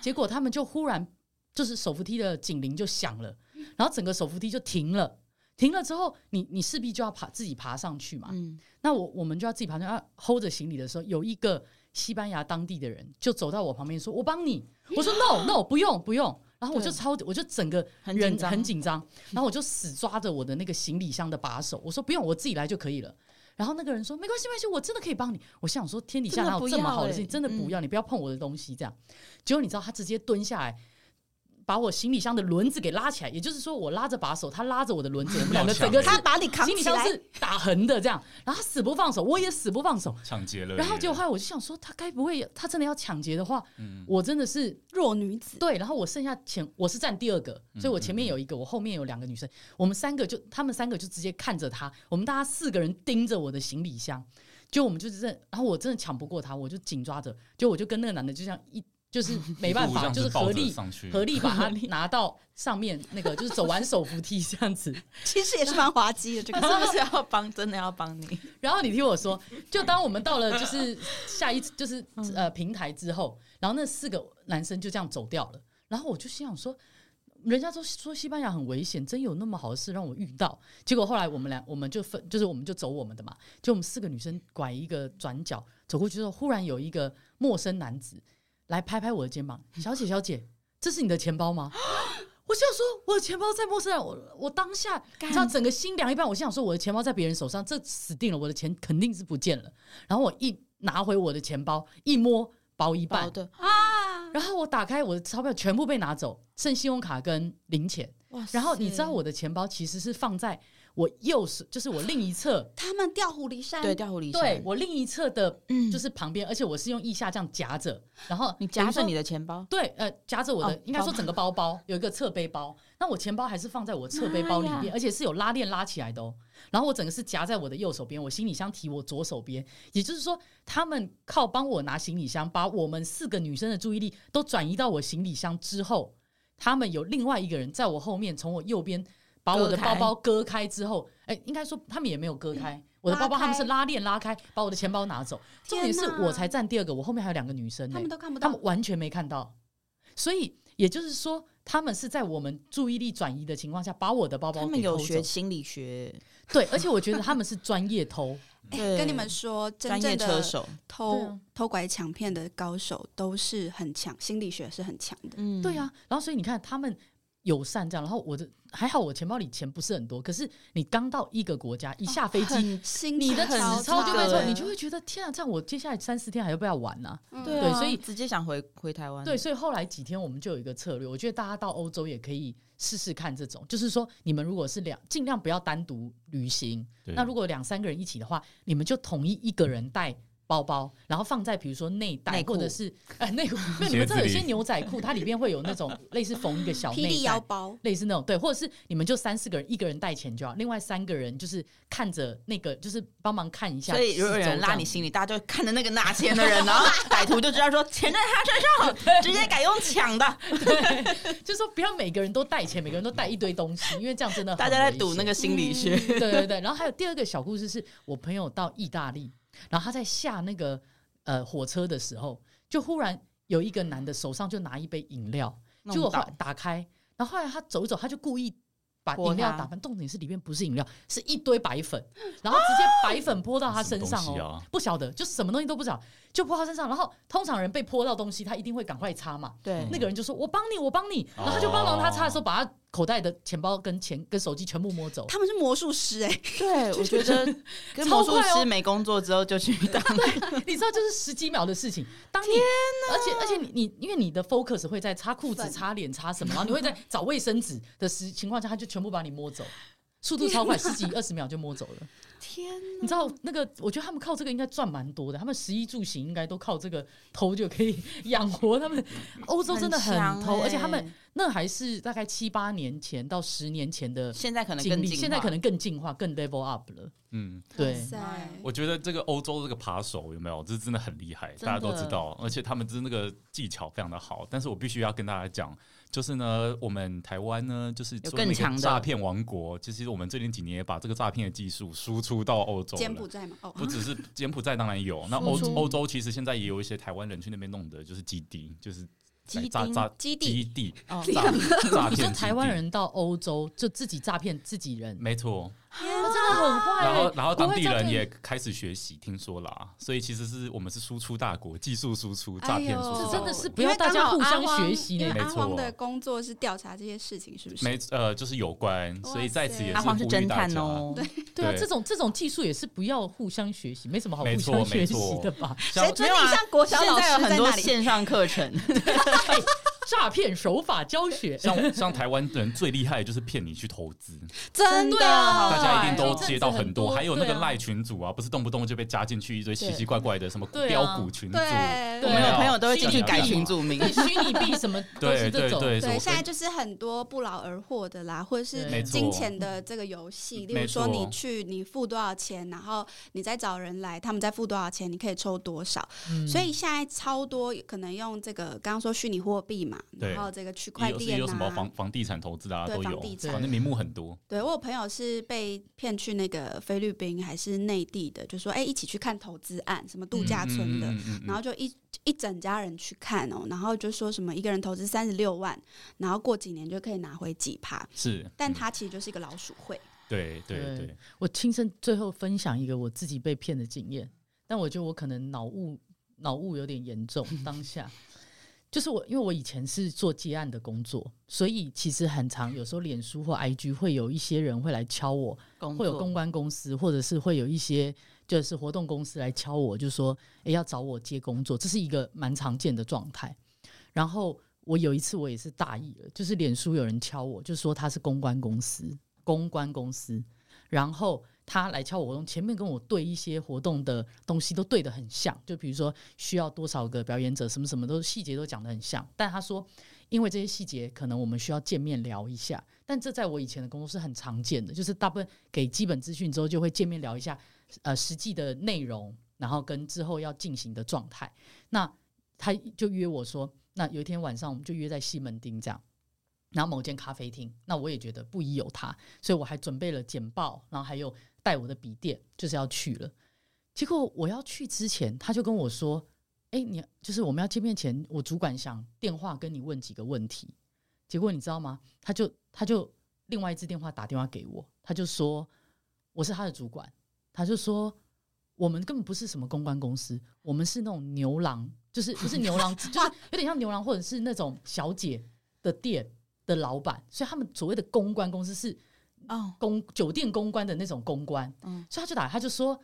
Speaker 3: 结果他们就忽然就是手扶梯的警铃就响了，然后整个手扶梯就停了。停了之后，你你势必就要爬自己爬上去嘛。
Speaker 4: 嗯，
Speaker 3: 那我我们就要自己爬上去，要 hold 着行李的时候，有一个西班牙当地的人就走到我旁边说：“我帮你。”我说：“No No，不用不用。”然后我就
Speaker 4: 对
Speaker 3: 超，我就整个
Speaker 4: 很
Speaker 3: 人
Speaker 4: 紧张，
Speaker 3: 很紧张，然后我就死抓着我的那个行李箱的把手，我说：“不用，我自己来就可以了。”然后那个人说：“没关系，没关系，我真的可以帮你。”我想说，天底下
Speaker 4: 真的
Speaker 3: 哪有
Speaker 4: 不
Speaker 3: 这么
Speaker 4: 要
Speaker 3: 好的
Speaker 4: 欸
Speaker 3: 事情？真的不要，你不要碰我的东西。这样，结果你知道，他直接蹲下来，把我行李箱的轮子给拉起来，也就是说，我拉着把手，他拉着我的轮子，我们两个整个是
Speaker 1: 他把你扛
Speaker 3: 行李
Speaker 1: 起
Speaker 3: 箱
Speaker 1: 来，
Speaker 3: 是打横的这样，然后他死不放手，我也死不放手。
Speaker 2: 抢劫了耶。
Speaker 3: 然后结果后来我就想说，他该不会他真的要抢劫的话，
Speaker 2: 嗯，
Speaker 3: 我真的是
Speaker 1: 弱女子，
Speaker 3: 对。然后我剩下前我是站第二个，所以我前面
Speaker 2: 嗯嗯
Speaker 3: 有一个，我后面有两个女生，我们三个就他们三个就直接看着他，我们大家四个人盯着我的行李箱，就我们就真的，然后我真的抢不过他，我就紧抓着，就我就跟那个男的就这样一就是 没办
Speaker 2: 一
Speaker 3: 法，
Speaker 2: 路这
Speaker 3: 就
Speaker 2: 样
Speaker 3: 是
Speaker 2: 子抱
Speaker 3: 合
Speaker 2: 着
Speaker 3: 力。
Speaker 2: 上去，
Speaker 3: 合力把 他拿到上面那个，就是走完手扶梯这样子，
Speaker 1: 其实也是蛮滑稽的。这
Speaker 4: 他
Speaker 1: 个
Speaker 4: 是不是要帮？真的要 帮你？
Speaker 3: 然后你听我说，就当我们到了就是下一就是呃平台之后，然后那四个男生就这样走掉了，然后我就心想说。人家都说西班牙很危险，真有那么好的事让我遇到？结果后来我们俩，我们就分，就是我们就走我们的嘛。就我们四个女生拐一个转角走过去之后，忽然有一个陌生男子来拍拍我的肩膀：“小姐，小姐，这是你的钱包吗？”我想说，我的钱包在陌生人，我我当下你知道整个心凉一半。我心想说，我的钱包在别人手上，这死定了，我的钱肯定是不见了。然后我一拿回我的钱包，一摸薄一半
Speaker 4: 包，的，
Speaker 3: 然后我打开我的钞票全部被拿走，剩信用卡跟零钱。
Speaker 4: 哇塞
Speaker 3: 然后你知道我的钱包其实是放在我右手，就是我另一侧，
Speaker 1: 他们调虎离山，
Speaker 4: 对调虎离山，
Speaker 3: 对我另一侧的，
Speaker 4: 嗯
Speaker 3: 就是旁边，而且我是用腋下这样夹着，然后
Speaker 4: 你夹着你
Speaker 3: 的。
Speaker 4: 的钱包，
Speaker 3: 对，呃，夹着我的，
Speaker 4: 哦
Speaker 3: 应该说
Speaker 4: 包
Speaker 3: 整个包包有一个侧背包，那我钱包还是放在我侧背包里
Speaker 4: 妈
Speaker 1: 嗯
Speaker 3: 面，
Speaker 4: 呀
Speaker 3: 而且是有拉链拉起来的哦。然后我整个是夹在我的右手边，我行李箱提我左手边，也就是说，他们靠帮我拿行李箱，把我们四个女生的注意力都转移到我行李箱之后，他们有另外一个人在我后面，从我右边把我的包包割开之后，哎，应该说他们也没有割开。我的包包
Speaker 1: 嗯拉开
Speaker 3: 他们是拉链拉开，把我的钱包拿走。重点是
Speaker 1: 天哪
Speaker 3: 我才站第二个，我后面还有两个女生呢、
Speaker 1: 他们都看不
Speaker 3: 他
Speaker 1: 到
Speaker 3: 们。完全没看到，所以也就是说，他们是在我们注意力转移的情况下，把我的包包
Speaker 4: 他们
Speaker 3: 给
Speaker 4: 有
Speaker 3: 偷
Speaker 4: 学
Speaker 3: 走。
Speaker 4: 心理学，
Speaker 3: 对，而且我觉得他们是专业偷，
Speaker 1: 哎
Speaker 4: 对
Speaker 1: 跟你们说，真
Speaker 4: 专
Speaker 1: 正
Speaker 4: 业车
Speaker 1: 的
Speaker 4: 手，
Speaker 3: 对
Speaker 1: 偷、
Speaker 3: 啊
Speaker 1: 偷拐抢骗的高手都是很强，心理学是很强的。
Speaker 4: 嗯
Speaker 3: 对，啊。然后所以你看，他们友善这样，然后我的还好，我钱包里钱不是很多，可是你刚到一个国家，一下飞机。
Speaker 1: 心
Speaker 3: 你的
Speaker 1: 情
Speaker 4: 哦很
Speaker 3: 纸
Speaker 1: 超
Speaker 3: 钞就被
Speaker 4: 差
Speaker 3: 偷，
Speaker 4: 欸
Speaker 3: 你就会觉得天啊！这样我接下来三四天还要不要玩呢、
Speaker 1: 嗯
Speaker 4: 对
Speaker 3: 对
Speaker 4: 啊，
Speaker 3: 所以
Speaker 4: 直接想回回台湾，
Speaker 3: 对，，所以后来几天我们就有一个策略，我觉得大家到欧洲也可以试试看这种，就是说你们如果是两，尽量不要单独旅行，
Speaker 2: 对
Speaker 3: 那如果两三个人一起的话，你们就统一一个人带包包，然后放在比如说内袋
Speaker 4: 内
Speaker 3: 或
Speaker 4: 裤
Speaker 3: 者是呃内裤，没有你们知道有些牛仔裤它里面会有那种类似缝一个小
Speaker 1: 霹雳
Speaker 3: 内
Speaker 1: 腰
Speaker 3: 袋。
Speaker 1: 包，
Speaker 3: 类似那种对，或者是你们就三四个人，一个人带钱就好，另外三个人就是看着那个，就是帮忙看一下。
Speaker 4: 所以如果有人拉你 行
Speaker 3: 李，
Speaker 4: 李，大家就看着那个拿钱的人，然 后歹徒就知道说钱在他 身上，直接改用抢的，
Speaker 3: 对， 就是说不要每个人都带钱，每个人都带一堆东西，因为这样真的很
Speaker 4: 大家在
Speaker 3: 危
Speaker 4: 赌那
Speaker 3: 险
Speaker 4: 个心理学，
Speaker 1: 嗯
Speaker 3: 对 对对，然后还有第二个小故事是我朋友到意大利，然后他在下那个呃火车的时候，就忽然有一个男的手上就拿一杯饮料，结果
Speaker 4: 弄
Speaker 3: 后
Speaker 4: 到
Speaker 3: 来打开，然后后来他走一走，他就故意。把
Speaker 4: 泼
Speaker 3: 饮料
Speaker 4: 他
Speaker 3: 打翻，重点是里面不是饮料，是一堆白粉，然后直接白粉泼到他身上
Speaker 2: 什么东西啊，
Speaker 3: 哦不晓得就什么东西都不晓得，就泼他身上。然后通常人被泼到东西，他一定会赶快擦嘛。
Speaker 2: 嗯
Speaker 4: 对
Speaker 3: 那个人就说：“我帮你，我帮你。”然后他就帮忙他擦的时候，把他口袋的钱包跟钱跟手机全部摸走。
Speaker 1: 他们是魔术师哎、
Speaker 4: 对，我觉得 跟
Speaker 3: 超
Speaker 4: 魔术
Speaker 3: 快哦
Speaker 4: 师没工作之后就去当，
Speaker 3: 你知道，就是十几秒的事情。当你，而且而且你你，因为你的 focus 会在擦裤子、
Speaker 1: 粉
Speaker 3: 擦脸、擦什 么，然后你会在找卫生纸的时情况下，他就全部把你摸走，速度超快，十几二十秒就摸走了。
Speaker 1: 天
Speaker 3: 你知道那个，我觉得他们靠这个应该赚蛮多的，他们食衣住行应该都靠这个偷就可以 养活他们。欧洲真的很
Speaker 4: 强
Speaker 3: 偷，
Speaker 4: 欸
Speaker 3: 而且他们那还是大概七八年前到十年前的
Speaker 4: 现在可能
Speaker 3: 经
Speaker 4: 更
Speaker 3: 历，
Speaker 4: 进化，
Speaker 3: 现在可能更进化、更 level up 了。
Speaker 2: 嗯，
Speaker 3: 对
Speaker 1: 哇塞
Speaker 2: 我觉得这个欧洲这个扒手有没有，这真的很厉害，
Speaker 4: 真的
Speaker 2: 大家都知道，而且他们真的那个技巧非常的好。但是我必须要跟大家讲，就是呢，我们台湾呢，就是
Speaker 4: 有
Speaker 2: 作为
Speaker 4: 更
Speaker 2: 一个
Speaker 4: 强的
Speaker 2: 诈骗王国，其实我们最近几年也把这个诈骗的技术输出到欧洲了
Speaker 1: 柬埔寨嘛，哦，
Speaker 2: 不只是柬埔寨当然有，那欧
Speaker 4: 输出
Speaker 2: 欧洲其实现在也有一些台湾人去那边弄的，就是基地，就是
Speaker 4: 基
Speaker 2: 诈
Speaker 4: 地
Speaker 2: 诈
Speaker 1: 基地
Speaker 2: 基地
Speaker 4: 哦
Speaker 2: 诈诈
Speaker 3: 你说
Speaker 2: 骗
Speaker 3: 台湾
Speaker 2: 基地，
Speaker 3: 人到欧洲就自己诈骗自己人，
Speaker 2: 没错。
Speaker 3: 那真的很坏欸。
Speaker 2: 然后然后
Speaker 3: 国
Speaker 2: 当
Speaker 3: 外
Speaker 2: 地
Speaker 3: 诈
Speaker 2: 人
Speaker 3: 骗
Speaker 2: 也开始学习，听说啦，所以其实是我们是输出大国，技术输出，
Speaker 1: 哎呦
Speaker 2: 诈骗输出，
Speaker 3: 这真的是不
Speaker 1: 因
Speaker 3: 要
Speaker 1: 为
Speaker 3: 大
Speaker 1: 刚
Speaker 3: 家
Speaker 1: 好
Speaker 3: 互相
Speaker 1: 阿荒
Speaker 3: 学习
Speaker 1: 因
Speaker 3: 呢
Speaker 1: 为。
Speaker 2: 没
Speaker 1: 阿荒
Speaker 2: 错啊
Speaker 1: 的工作是调查这些事情，是不是？
Speaker 2: 没呃就是有关，
Speaker 1: 哇
Speaker 2: 所以在此也
Speaker 4: 阿
Speaker 2: 是
Speaker 4: 黄是
Speaker 2: 呼吁
Speaker 4: 侦
Speaker 2: 大
Speaker 4: 探
Speaker 2: 家。
Speaker 4: 哦，
Speaker 1: 对
Speaker 3: 对啊，
Speaker 2: 对
Speaker 3: 这种这种技术也是不要互相学习，没什么好
Speaker 2: 没
Speaker 3: 互
Speaker 2: 错
Speaker 3: 相学
Speaker 2: 没
Speaker 3: 习
Speaker 2: 错
Speaker 3: 的吧？
Speaker 2: 像
Speaker 1: 谁准
Speaker 4: 没有
Speaker 1: 你
Speaker 4: 啊
Speaker 1: 上国小
Speaker 4: 现
Speaker 1: 老师
Speaker 4: 在有很
Speaker 1: 在
Speaker 4: 多
Speaker 1: 那里？
Speaker 4: 线上课程，
Speaker 3: 哎诈骗手法 教学，
Speaker 2: 像像台湾人最厉害的就是骗你去投资，
Speaker 1: 真
Speaker 4: 对啊好
Speaker 2: 大家一定
Speaker 3: 有
Speaker 2: 都
Speaker 3: 阵
Speaker 2: 接
Speaker 3: 子
Speaker 2: 到
Speaker 3: 很
Speaker 2: 很多，
Speaker 3: 多
Speaker 2: 还有那
Speaker 3: 对
Speaker 2: 个
Speaker 3: 啊
Speaker 2: 赖群主啊，不是动不动就被加进去一堆奇
Speaker 4: 对
Speaker 2: 奇怪怪的什么
Speaker 3: 对啊
Speaker 2: 标股群组，
Speaker 1: 对
Speaker 4: 我
Speaker 3: 对
Speaker 4: 们有朋友都会进去
Speaker 2: 对
Speaker 4: 改群组名，
Speaker 3: 对虚拟币什么都
Speaker 2: 对
Speaker 3: 是这
Speaker 2: 对
Speaker 3: 种。
Speaker 2: 对，所以
Speaker 1: 对，
Speaker 2: 我
Speaker 1: 现在就是很多不劳而获的啦，或者
Speaker 3: 对
Speaker 1: 是
Speaker 2: 没错，
Speaker 1: 金钱的这个游戏，例
Speaker 2: 嗯没
Speaker 1: 如说
Speaker 2: 错
Speaker 1: 你去你付多少钱，然后你再找人来，他们再付多少钱，你可以抽多少。
Speaker 3: 嗯
Speaker 1: 所以现在超多可能用这个刚刚说虚拟货币嘛，
Speaker 2: 对
Speaker 1: 然后这个区块
Speaker 2: 有也
Speaker 1: 链
Speaker 2: 有什么
Speaker 1: 啊
Speaker 2: 房，房地产投资啊
Speaker 1: 对
Speaker 2: 都有，
Speaker 1: 房地产
Speaker 2: 反正名目很多。
Speaker 1: 对我有朋友是被骗去那个菲律宾还是内地的，就说哎、一起去看投资案，什么度假村的，
Speaker 2: 嗯嗯嗯嗯嗯
Speaker 1: 然后就一一整家人去看哦，然后就说什么一个人投资三十六万，然后过几年就可以拿回几趴，
Speaker 2: 是，
Speaker 1: 但
Speaker 2: 嗯
Speaker 1: 它其实就是一个老鼠会。
Speaker 2: 对对
Speaker 3: 对
Speaker 2: 对，
Speaker 3: 我亲身最后分享一个我自己被骗的经验，但我觉得我可能脑雾脑雾有点严重，当下。 就是我，因为我以前是做接案的工作，所以其实很常有时候脸书或 IG 会有一些人会来敲我，
Speaker 4: 工
Speaker 3: 会有
Speaker 4: 作
Speaker 3: 公关公司，或者是会有一些就是活动公司来敲我，就说诶要找我接工作，这是一个蛮常见的状态。然后我有一次我也是大意了，就是脸书有人敲我，就说他是公关公司，公关公司，然后。他来敲我活动，前面跟我对一些活动的东西都对得很像，就比如说需要多少个表演者，什么什么都细节都讲得很像。但他说，因为这些细节可能我们需要见面聊一下，但这在我以前的工作是很常见的，就是大部分给基本资讯之后就会见面聊一下，呃，实际的内容，然后跟之后要进行的状态。那他就约我说，那有一天晚上我们就约在西门町这样。然后某间咖啡厅，那我也觉得不宜有他，所以我还准备了简报，然后还有带我的笔电，就是要去了。结果我要去之前，他就跟我说：“哎、你就是我们要见面前，我主管想电话跟你问几个问题。”结果你知道吗？他就他就另外一支电话打电话给我，他就说我是他的主管，他就说我们根本不是什么公关公司，我们是那种牛郎，就是不是牛郎， 就是有点像牛郎或者是那种小姐的店的老板，所以他们所谓的公关公司是
Speaker 4: 哦，
Speaker 3: 公酒店公关的那种公关，
Speaker 4: 嗯
Speaker 3: 所以他就打，他就说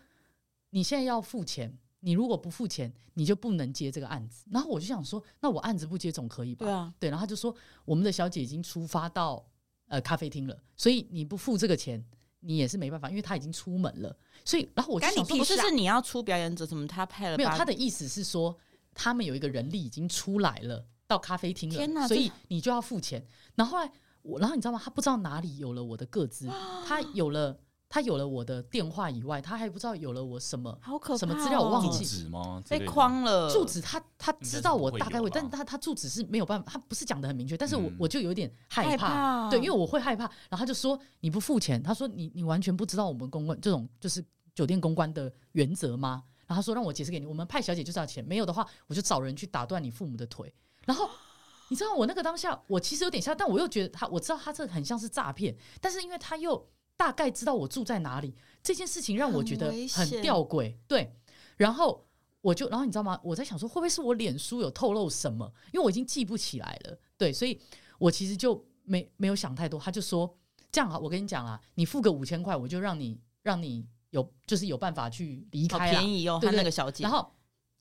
Speaker 3: 你现在要付钱，你如果不付钱，你就不能接这个案子。然后我就想说，那我案子不接总可以吧？
Speaker 4: 对啊，
Speaker 3: 对，然后他就说我们的小姐已经出发到呃咖啡厅了，所以你不付这个钱，你也是没办法，因为她已经出门了。所以，然后我就
Speaker 1: 干你
Speaker 3: 想
Speaker 1: 屁
Speaker 3: 说，
Speaker 4: 不
Speaker 1: 事
Speaker 4: 是
Speaker 1: 啊
Speaker 4: 是你要出表演者，怎么他派了
Speaker 3: 没有，
Speaker 4: 八
Speaker 3: 他的意思是说他们有一个人力已经出来了，到咖啡厅
Speaker 4: 天
Speaker 3: 了，
Speaker 4: 哪
Speaker 3: 所
Speaker 4: 这
Speaker 3: 以你就要付钱。然后后来我，然后你知道吗？他不知道哪里有了我的个资，他有了他有了我的电话以外，他还不知道有了我什么。
Speaker 4: 好可怕哦，
Speaker 3: 什么资料我忘
Speaker 2: 住
Speaker 3: 记
Speaker 2: 址吗？之
Speaker 4: 被
Speaker 2: 类的
Speaker 4: 框了，
Speaker 3: 住址他他
Speaker 2: 该
Speaker 3: 知
Speaker 2: 是
Speaker 3: 道
Speaker 2: 不
Speaker 3: 我
Speaker 2: 会
Speaker 3: 大概
Speaker 2: 有
Speaker 3: 会，
Speaker 2: 啦
Speaker 3: 但他他住址是没有办法，他不是讲的很明确，但是我、
Speaker 2: 嗯
Speaker 3: 我就有点
Speaker 4: 害怕，啊
Speaker 3: 对，因为我会害怕。然后他就说你不付钱，他说你你完全不知道我们公关这种就是酒店公关的原则吗？然后他说让我解释给你，我们派小姐就是要钱，没有的话我就找人去打断你父母的腿。然后你知道我那个当下，我其实有点吓，但我又觉得他我知道他这很像是诈骗，但是因为他又大概知道我住在哪里，这件事情让我觉得
Speaker 4: 很危
Speaker 3: 很
Speaker 4: 险
Speaker 3: 吊诡。对，然后。我就，然后你知道吗？我在想说，会不会是我脸书有透露什么？因为我已经记不起来了。对，所以我其实就没没有想太多，他就说这样啊，我跟你讲啊，你付个五千块，我就让你让你有就是有办法去离
Speaker 4: 好
Speaker 3: 开啊
Speaker 4: 便。宜哦，
Speaker 3: 对
Speaker 4: 他
Speaker 3: 对
Speaker 4: 那个小姐，
Speaker 3: 然后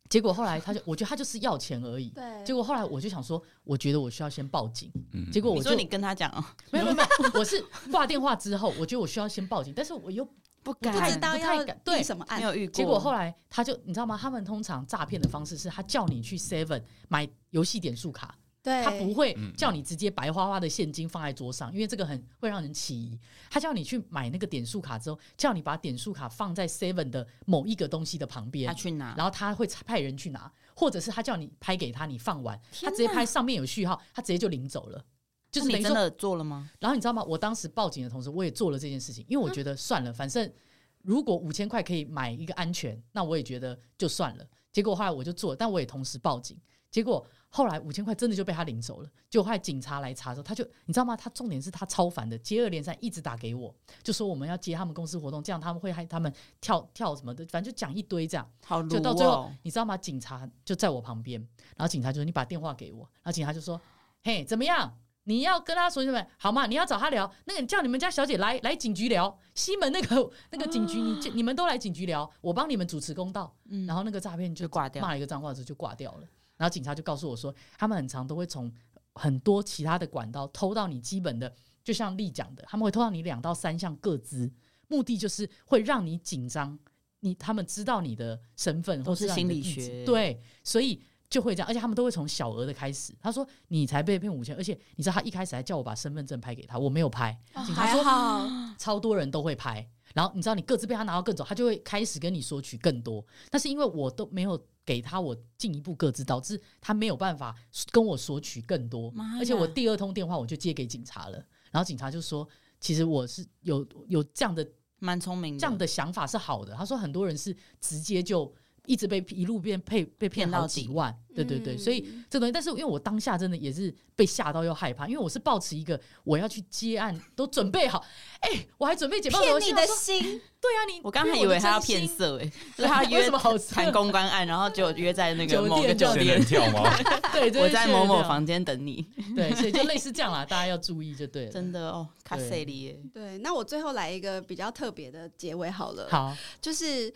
Speaker 3: 结果后来他就，我觉得他就是要钱而已。
Speaker 1: 对
Speaker 3: 结果后来我就想说，我觉得我需要先报警。
Speaker 2: 嗯
Speaker 3: 结果我
Speaker 4: 你
Speaker 3: 就
Speaker 4: 说你跟他讲哦，
Speaker 3: 没有没有，没有，我是挂电话之后，我觉得我需要先报警，但是我又
Speaker 4: 不
Speaker 1: 不
Speaker 4: 敢，
Speaker 1: 知道
Speaker 3: 不太
Speaker 1: 要
Speaker 3: 敢对
Speaker 1: 立什么案
Speaker 4: 没，有遇过。
Speaker 3: 结果后来他就你知道吗？他们通常诈骗的方式是他叫你去 Seven 买游戏点数卡，
Speaker 1: 对，
Speaker 3: 他不会
Speaker 2: 嗯
Speaker 3: 叫你直接白花花的现金放在桌上，因为这个很会让人起疑。他叫你去买那个点数卡之后，叫你把点数卡放在 Seven 的某一个东西的旁
Speaker 4: 他
Speaker 3: 边，
Speaker 4: 去拿，
Speaker 3: 然后他会派人去拿，或者是他叫你拍给他，你放完，他
Speaker 4: 天
Speaker 3: 直接拍上面有序号，他直接就领走了。就是
Speaker 4: 那
Speaker 3: 等
Speaker 4: 你
Speaker 3: 于
Speaker 4: 真
Speaker 3: 说，
Speaker 4: 的做了吗？
Speaker 3: 然后你知道吗？我当时报警的同时，我也做了这件事情，因为我觉得算了，反正如果五千块可以买一个安全，那我也觉得就算了。结果后来我就做了，但我也同时报警。结果后来五千块真的就被他领走了。结果后来警察来查的时候，他就你知道吗？他重点是他超烦的，接二连三一直打给我，就说我们要接他们公司活动，这样他们会害他们跳跳什么的，反正就讲一堆这样。
Speaker 4: 好鲁
Speaker 3: 就到最后
Speaker 4: 哦，，
Speaker 3: 你知道吗？警察就在我旁边，然后警察就说：“你把电话给我。”然后警察就说：“嘿，怎么样？你要跟他说什么？好嘛，你要找他聊。那个，你叫你们家小姐来来警局聊，西门那个那个警局，你就你们都来警局聊，我帮你们主持公道。
Speaker 4: 啊嗯
Speaker 3: 然后那个诈骗就
Speaker 4: 就挂掉
Speaker 3: 骂了一个脏话之后就挂掉了。然后警察就告诉我说，他们很常都会从很多其他的管道偷到你基本的，就像丽讲的，他们会偷到你两到三项个资，目的就是会让你紧张，你他们知道你的身份
Speaker 4: 都
Speaker 3: 或
Speaker 4: 是
Speaker 3: 让你的
Speaker 4: 心理
Speaker 3: 地址
Speaker 4: 学
Speaker 3: 对，所以。就会这样，而且他们都会从小额的开始。他说：“你才被骗五千，而且你知道他一开始还叫我把身份证拍给他，我没有拍，
Speaker 1: 哦
Speaker 3: 警察
Speaker 1: 还
Speaker 3: 说
Speaker 1: 好，
Speaker 4: 嗯
Speaker 3: 超多人都会拍。然后你知道，你各自被他拿到更走，他就会开始跟你索取更多。但是因为我都没有给他我进一步各自，导致他没有办法跟我索取更多
Speaker 4: 妈呀。
Speaker 3: 而且我第二通电话我就接给警察了，然后警察就说，其实我是有有这样的
Speaker 4: 蛮聪明的，
Speaker 3: 这样的想法是好的。他说很多人是直接就一直被一路变被被骗
Speaker 4: 骗到
Speaker 3: 好几
Speaker 4: 底
Speaker 3: 万， 对对对，所以
Speaker 1: 嗯
Speaker 3: 这东西，但是因为我当下真的也是被吓到又害怕，因为我是抱持一个我要去接案都准备好， 哎、我还准备解报
Speaker 1: 骗你的
Speaker 3: 说
Speaker 1: 心，
Speaker 3: 对啊，你
Speaker 4: 我刚还
Speaker 3: 骗
Speaker 4: 以
Speaker 3: 的
Speaker 4: 为他要
Speaker 3: 真心啊
Speaker 4: 骗色哎，就是他
Speaker 3: 为
Speaker 4: 约
Speaker 3: 什么好
Speaker 4: 谈
Speaker 3: 成 功？
Speaker 4: 公关案，然后就约在那个
Speaker 3: 酒
Speaker 4: 某个
Speaker 3: 店
Speaker 4: 酒
Speaker 2: 仙
Speaker 4: 店
Speaker 2: 人，跳吗？
Speaker 3: 对，真
Speaker 4: 我
Speaker 3: 的
Speaker 4: 在
Speaker 3: 是
Speaker 4: 某某
Speaker 3: 这样，
Speaker 4: 房间等你，
Speaker 3: 对，所以就类似这样啦，大家要注意就对了。
Speaker 4: 真的哦，卡塞里耶，
Speaker 1: 对，那我最后来一个比较特别的结尾好了，
Speaker 3: 好，
Speaker 1: 就是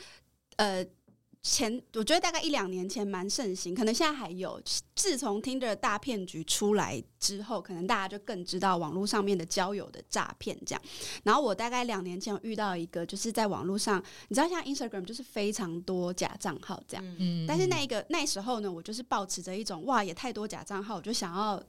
Speaker 1: 呃。前我觉得大概一两年前蛮盛行，可能现在还有。自从 Tinder 大骗局出来之后，可能大家就更知道网络上面的交友的诈骗这样。然后我大概两年前有遇到一个，就是在网络上，你知道像 Instagram 就是非常多假账号这样。
Speaker 4: 嗯，
Speaker 3: 嗯，
Speaker 1: 但是那一个那时候呢，我就是保持着一种哇，也太多假账号，我就想要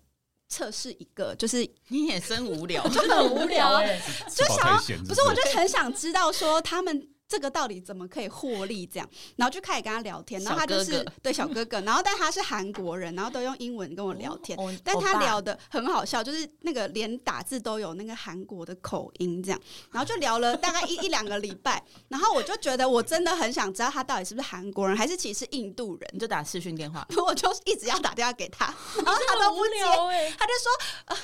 Speaker 1: 测试一个，就是
Speaker 4: 你也真无聊，
Speaker 3: 真的很无聊 哎、
Speaker 2: 吃饱
Speaker 1: 想要
Speaker 2: 太闲，
Speaker 1: 不是，我就很想知道说他们。这个到底怎么可以获利？这样，然后就开始跟他聊天，然后他就是
Speaker 4: 小哥哥
Speaker 1: 对小哥哥，然后但他是韩国人，然后都用英文跟我聊天，
Speaker 4: 哦，
Speaker 1: 但
Speaker 4: 欧
Speaker 1: 他
Speaker 4: 巴
Speaker 1: 聊的很好笑，就是那个连打字都有那个韩国的口音这样，然后就聊了大概一一两个礼拜，然后我就觉得我真的很想知道他到底是不是韩国人，还是其实是印度人，
Speaker 4: 你就打视讯电话，
Speaker 1: 我就一直要打电话给他，然后他都
Speaker 3: 很
Speaker 1: 不
Speaker 3: 无
Speaker 1: 接，
Speaker 3: 聊哎、
Speaker 1: 他就说。呃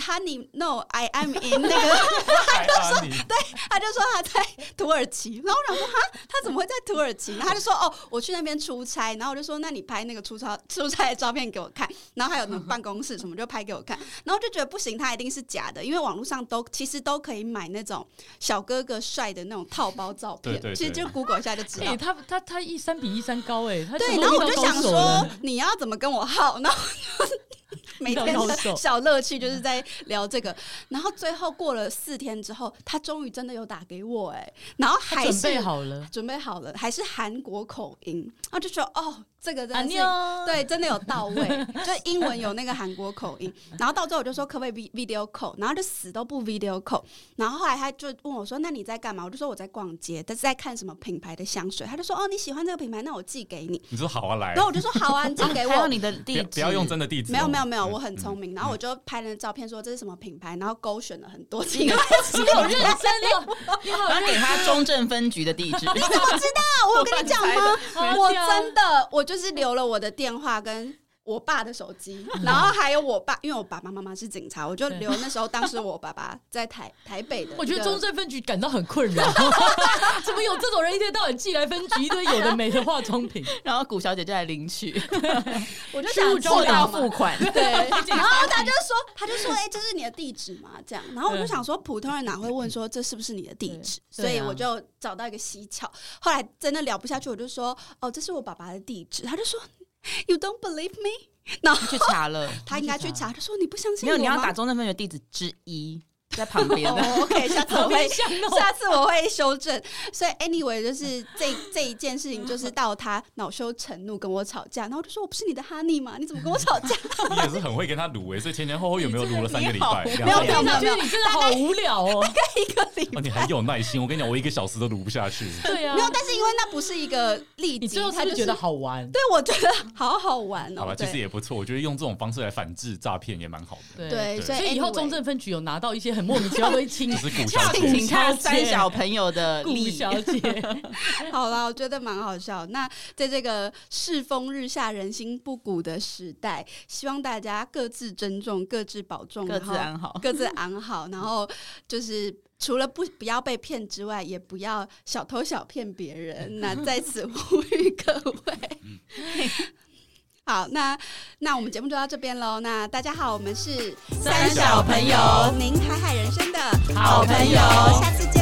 Speaker 1: Honey, no, I am in 那个
Speaker 2: 爱安妮，
Speaker 1: 他就说他在土耳其，然后我想说哈，他怎么会在土耳其？然后他就说哦，我去那边出差，然后我就说那你拍那个出差出差的照片给我看，然后还有那种办公室什么就拍给我看，然后就觉得不行，他一定是假的，因为网络上都其实都可以买那种小哥哥帅的那种套包照片，
Speaker 2: 对对对
Speaker 1: 其实就 Google 一下就知
Speaker 3: 哎、
Speaker 1: 道。
Speaker 3: 他他他一三比一三高哎、他
Speaker 1: 对，
Speaker 3: 怎么
Speaker 1: 然后我
Speaker 3: 遇到
Speaker 1: 就
Speaker 3: 高
Speaker 1: 想
Speaker 3: 手
Speaker 1: 说
Speaker 3: 了，
Speaker 1: 你要怎么跟我耗？然后我就 每天
Speaker 3: 遇到高
Speaker 1: 的
Speaker 3: 手
Speaker 1: 小乐趣就是在聊这个。然后最后过了四天之后，他终于真的有打给我哎、然后
Speaker 3: 他
Speaker 1: 还
Speaker 3: 准
Speaker 1: 是
Speaker 3: 备好了。
Speaker 1: 准备好了，还是韩国口音，然后就说哦，这个
Speaker 3: 啊
Speaker 1: 真的
Speaker 3: 妞
Speaker 1: 是。，对，真的有到位，就英文有那个韩国口音，然后到最后我就说可不可以 vi- video call，然后就死都不 video call，然后后来他就问我说那你在干嘛？我就说我在逛街，但是在看什么品牌的香水，他就说哦你喜欢这个品牌，那我寄给你，
Speaker 2: 你说好啊，来
Speaker 1: 然，后我就说好啊，你
Speaker 3: 哦
Speaker 1: 寄给
Speaker 4: 还有
Speaker 1: 我。
Speaker 4: 你的
Speaker 2: 不
Speaker 4: 地
Speaker 2: 要
Speaker 4: 址，
Speaker 2: 不要 用真的地址哦，
Speaker 1: 没有没有没有，
Speaker 2: 嗯
Speaker 1: 我很聪。
Speaker 2: 嗯
Speaker 1: 明，然后我就拍了照片说这是什么品牌，然后勾选了很多几个
Speaker 3: 你好认真 哦，你好
Speaker 4: 我要
Speaker 3: 认
Speaker 4: 给他中正分局的地址，
Speaker 1: 啊！我有跟你 讲吗？
Speaker 3: 真，
Speaker 1: 啊我
Speaker 3: 好哦
Speaker 1: 真的，我就是留了我的电话跟我爸的手机，
Speaker 3: 嗯
Speaker 1: 然后还有我爸，因为我爸爸妈妈是警察，我就留那时候当时我爸爸在台 台北的一个。
Speaker 3: 我觉得中正分局感到很困扰， 怎么有这种人一天到晚寄来分局一堆有的没的化妆 品？
Speaker 4: 然后古小姐就来领取，
Speaker 1: 我就
Speaker 3: 失
Speaker 1: 想
Speaker 3: 物
Speaker 1: 知
Speaker 3: 招
Speaker 1: 道
Speaker 3: 领
Speaker 1: 嘛
Speaker 4: 到付 款，
Speaker 1: 对， 然后他就说，他就说，哎、这是你的地址嘛？这样，然后我就想说，普通人哪会问说这是不是你的地址？
Speaker 3: 嗯对
Speaker 1: 所以
Speaker 3: 对啊
Speaker 1: 我就找到一个蹊跷。后来真的聊不下去，我就说，哦，这是我爸爸的地址。他就说，You don't believe me？
Speaker 4: 去查了。
Speaker 1: 他应该去查。他说，你不相信
Speaker 4: 没
Speaker 1: 我
Speaker 4: 有，
Speaker 1: 吗？
Speaker 4: 你要打中正分局地址之一，在旁 边的。
Speaker 1: 哦 OK，下次 我
Speaker 3: 好
Speaker 1: 会
Speaker 3: 会想哦
Speaker 1: 下次我会修正。所以 anyway，就是这这一件事情，就是到他恼羞成怒跟我吵架，然后我就说我不是你的哈尼嘛，你怎么跟我吵架？
Speaker 2: 你也是很会跟他卤诶、所以前前后后有没有卤了三个礼拜？
Speaker 4: 你
Speaker 1: 个
Speaker 4: 这
Speaker 1: 你好
Speaker 2: 两个礼拜
Speaker 1: 没有没有
Speaker 3: 我觉得你真的好无聊哦。
Speaker 1: 一个礼
Speaker 2: 哦，你很有耐心。我跟你讲，我一个小时都卤不下 去。
Speaker 3: 对啊
Speaker 1: 没，有，但是因为那不是一个例
Speaker 3: 你
Speaker 1: 子，
Speaker 3: 最后
Speaker 1: 他
Speaker 3: 是
Speaker 1: 就
Speaker 3: 不
Speaker 1: 是
Speaker 3: 是觉得。好玩？
Speaker 1: 对，我觉得好好玩
Speaker 2: 好
Speaker 1: 哦。
Speaker 2: 吧，其实
Speaker 1: 对
Speaker 2: 也不错。我觉得用这种方式来反制诈骗也蛮好的。
Speaker 3: 对
Speaker 1: 对，
Speaker 2: 对
Speaker 1: 所
Speaker 3: 所以以后
Speaker 1: anyway
Speaker 3: 中正分局有拿到一些很莫名其妙的亲
Speaker 2: 就是古小
Speaker 4: 要
Speaker 2: 姐，
Speaker 4: 请看三小朋友 的
Speaker 3: 顾
Speaker 4: 力，
Speaker 3: 小姐，
Speaker 1: 好啦，我觉得蛮好笑。那在这个世风日下、人心不古的时代，希望大家各自珍重、各自保重，
Speaker 4: 各自
Speaker 1: 然后
Speaker 4: 安好。
Speaker 1: 各自安好，然后就是除了不不要被骗之外，也不要小偷小骗别 人。那在此呼吁各位。
Speaker 2: 嗯
Speaker 1: 好，那那我们节目就到这边喽。那大家好，我们是
Speaker 3: 三
Speaker 2: 小朋
Speaker 3: 友，
Speaker 1: 您海海人生的
Speaker 3: 好
Speaker 2: 朋友
Speaker 1: 下次见，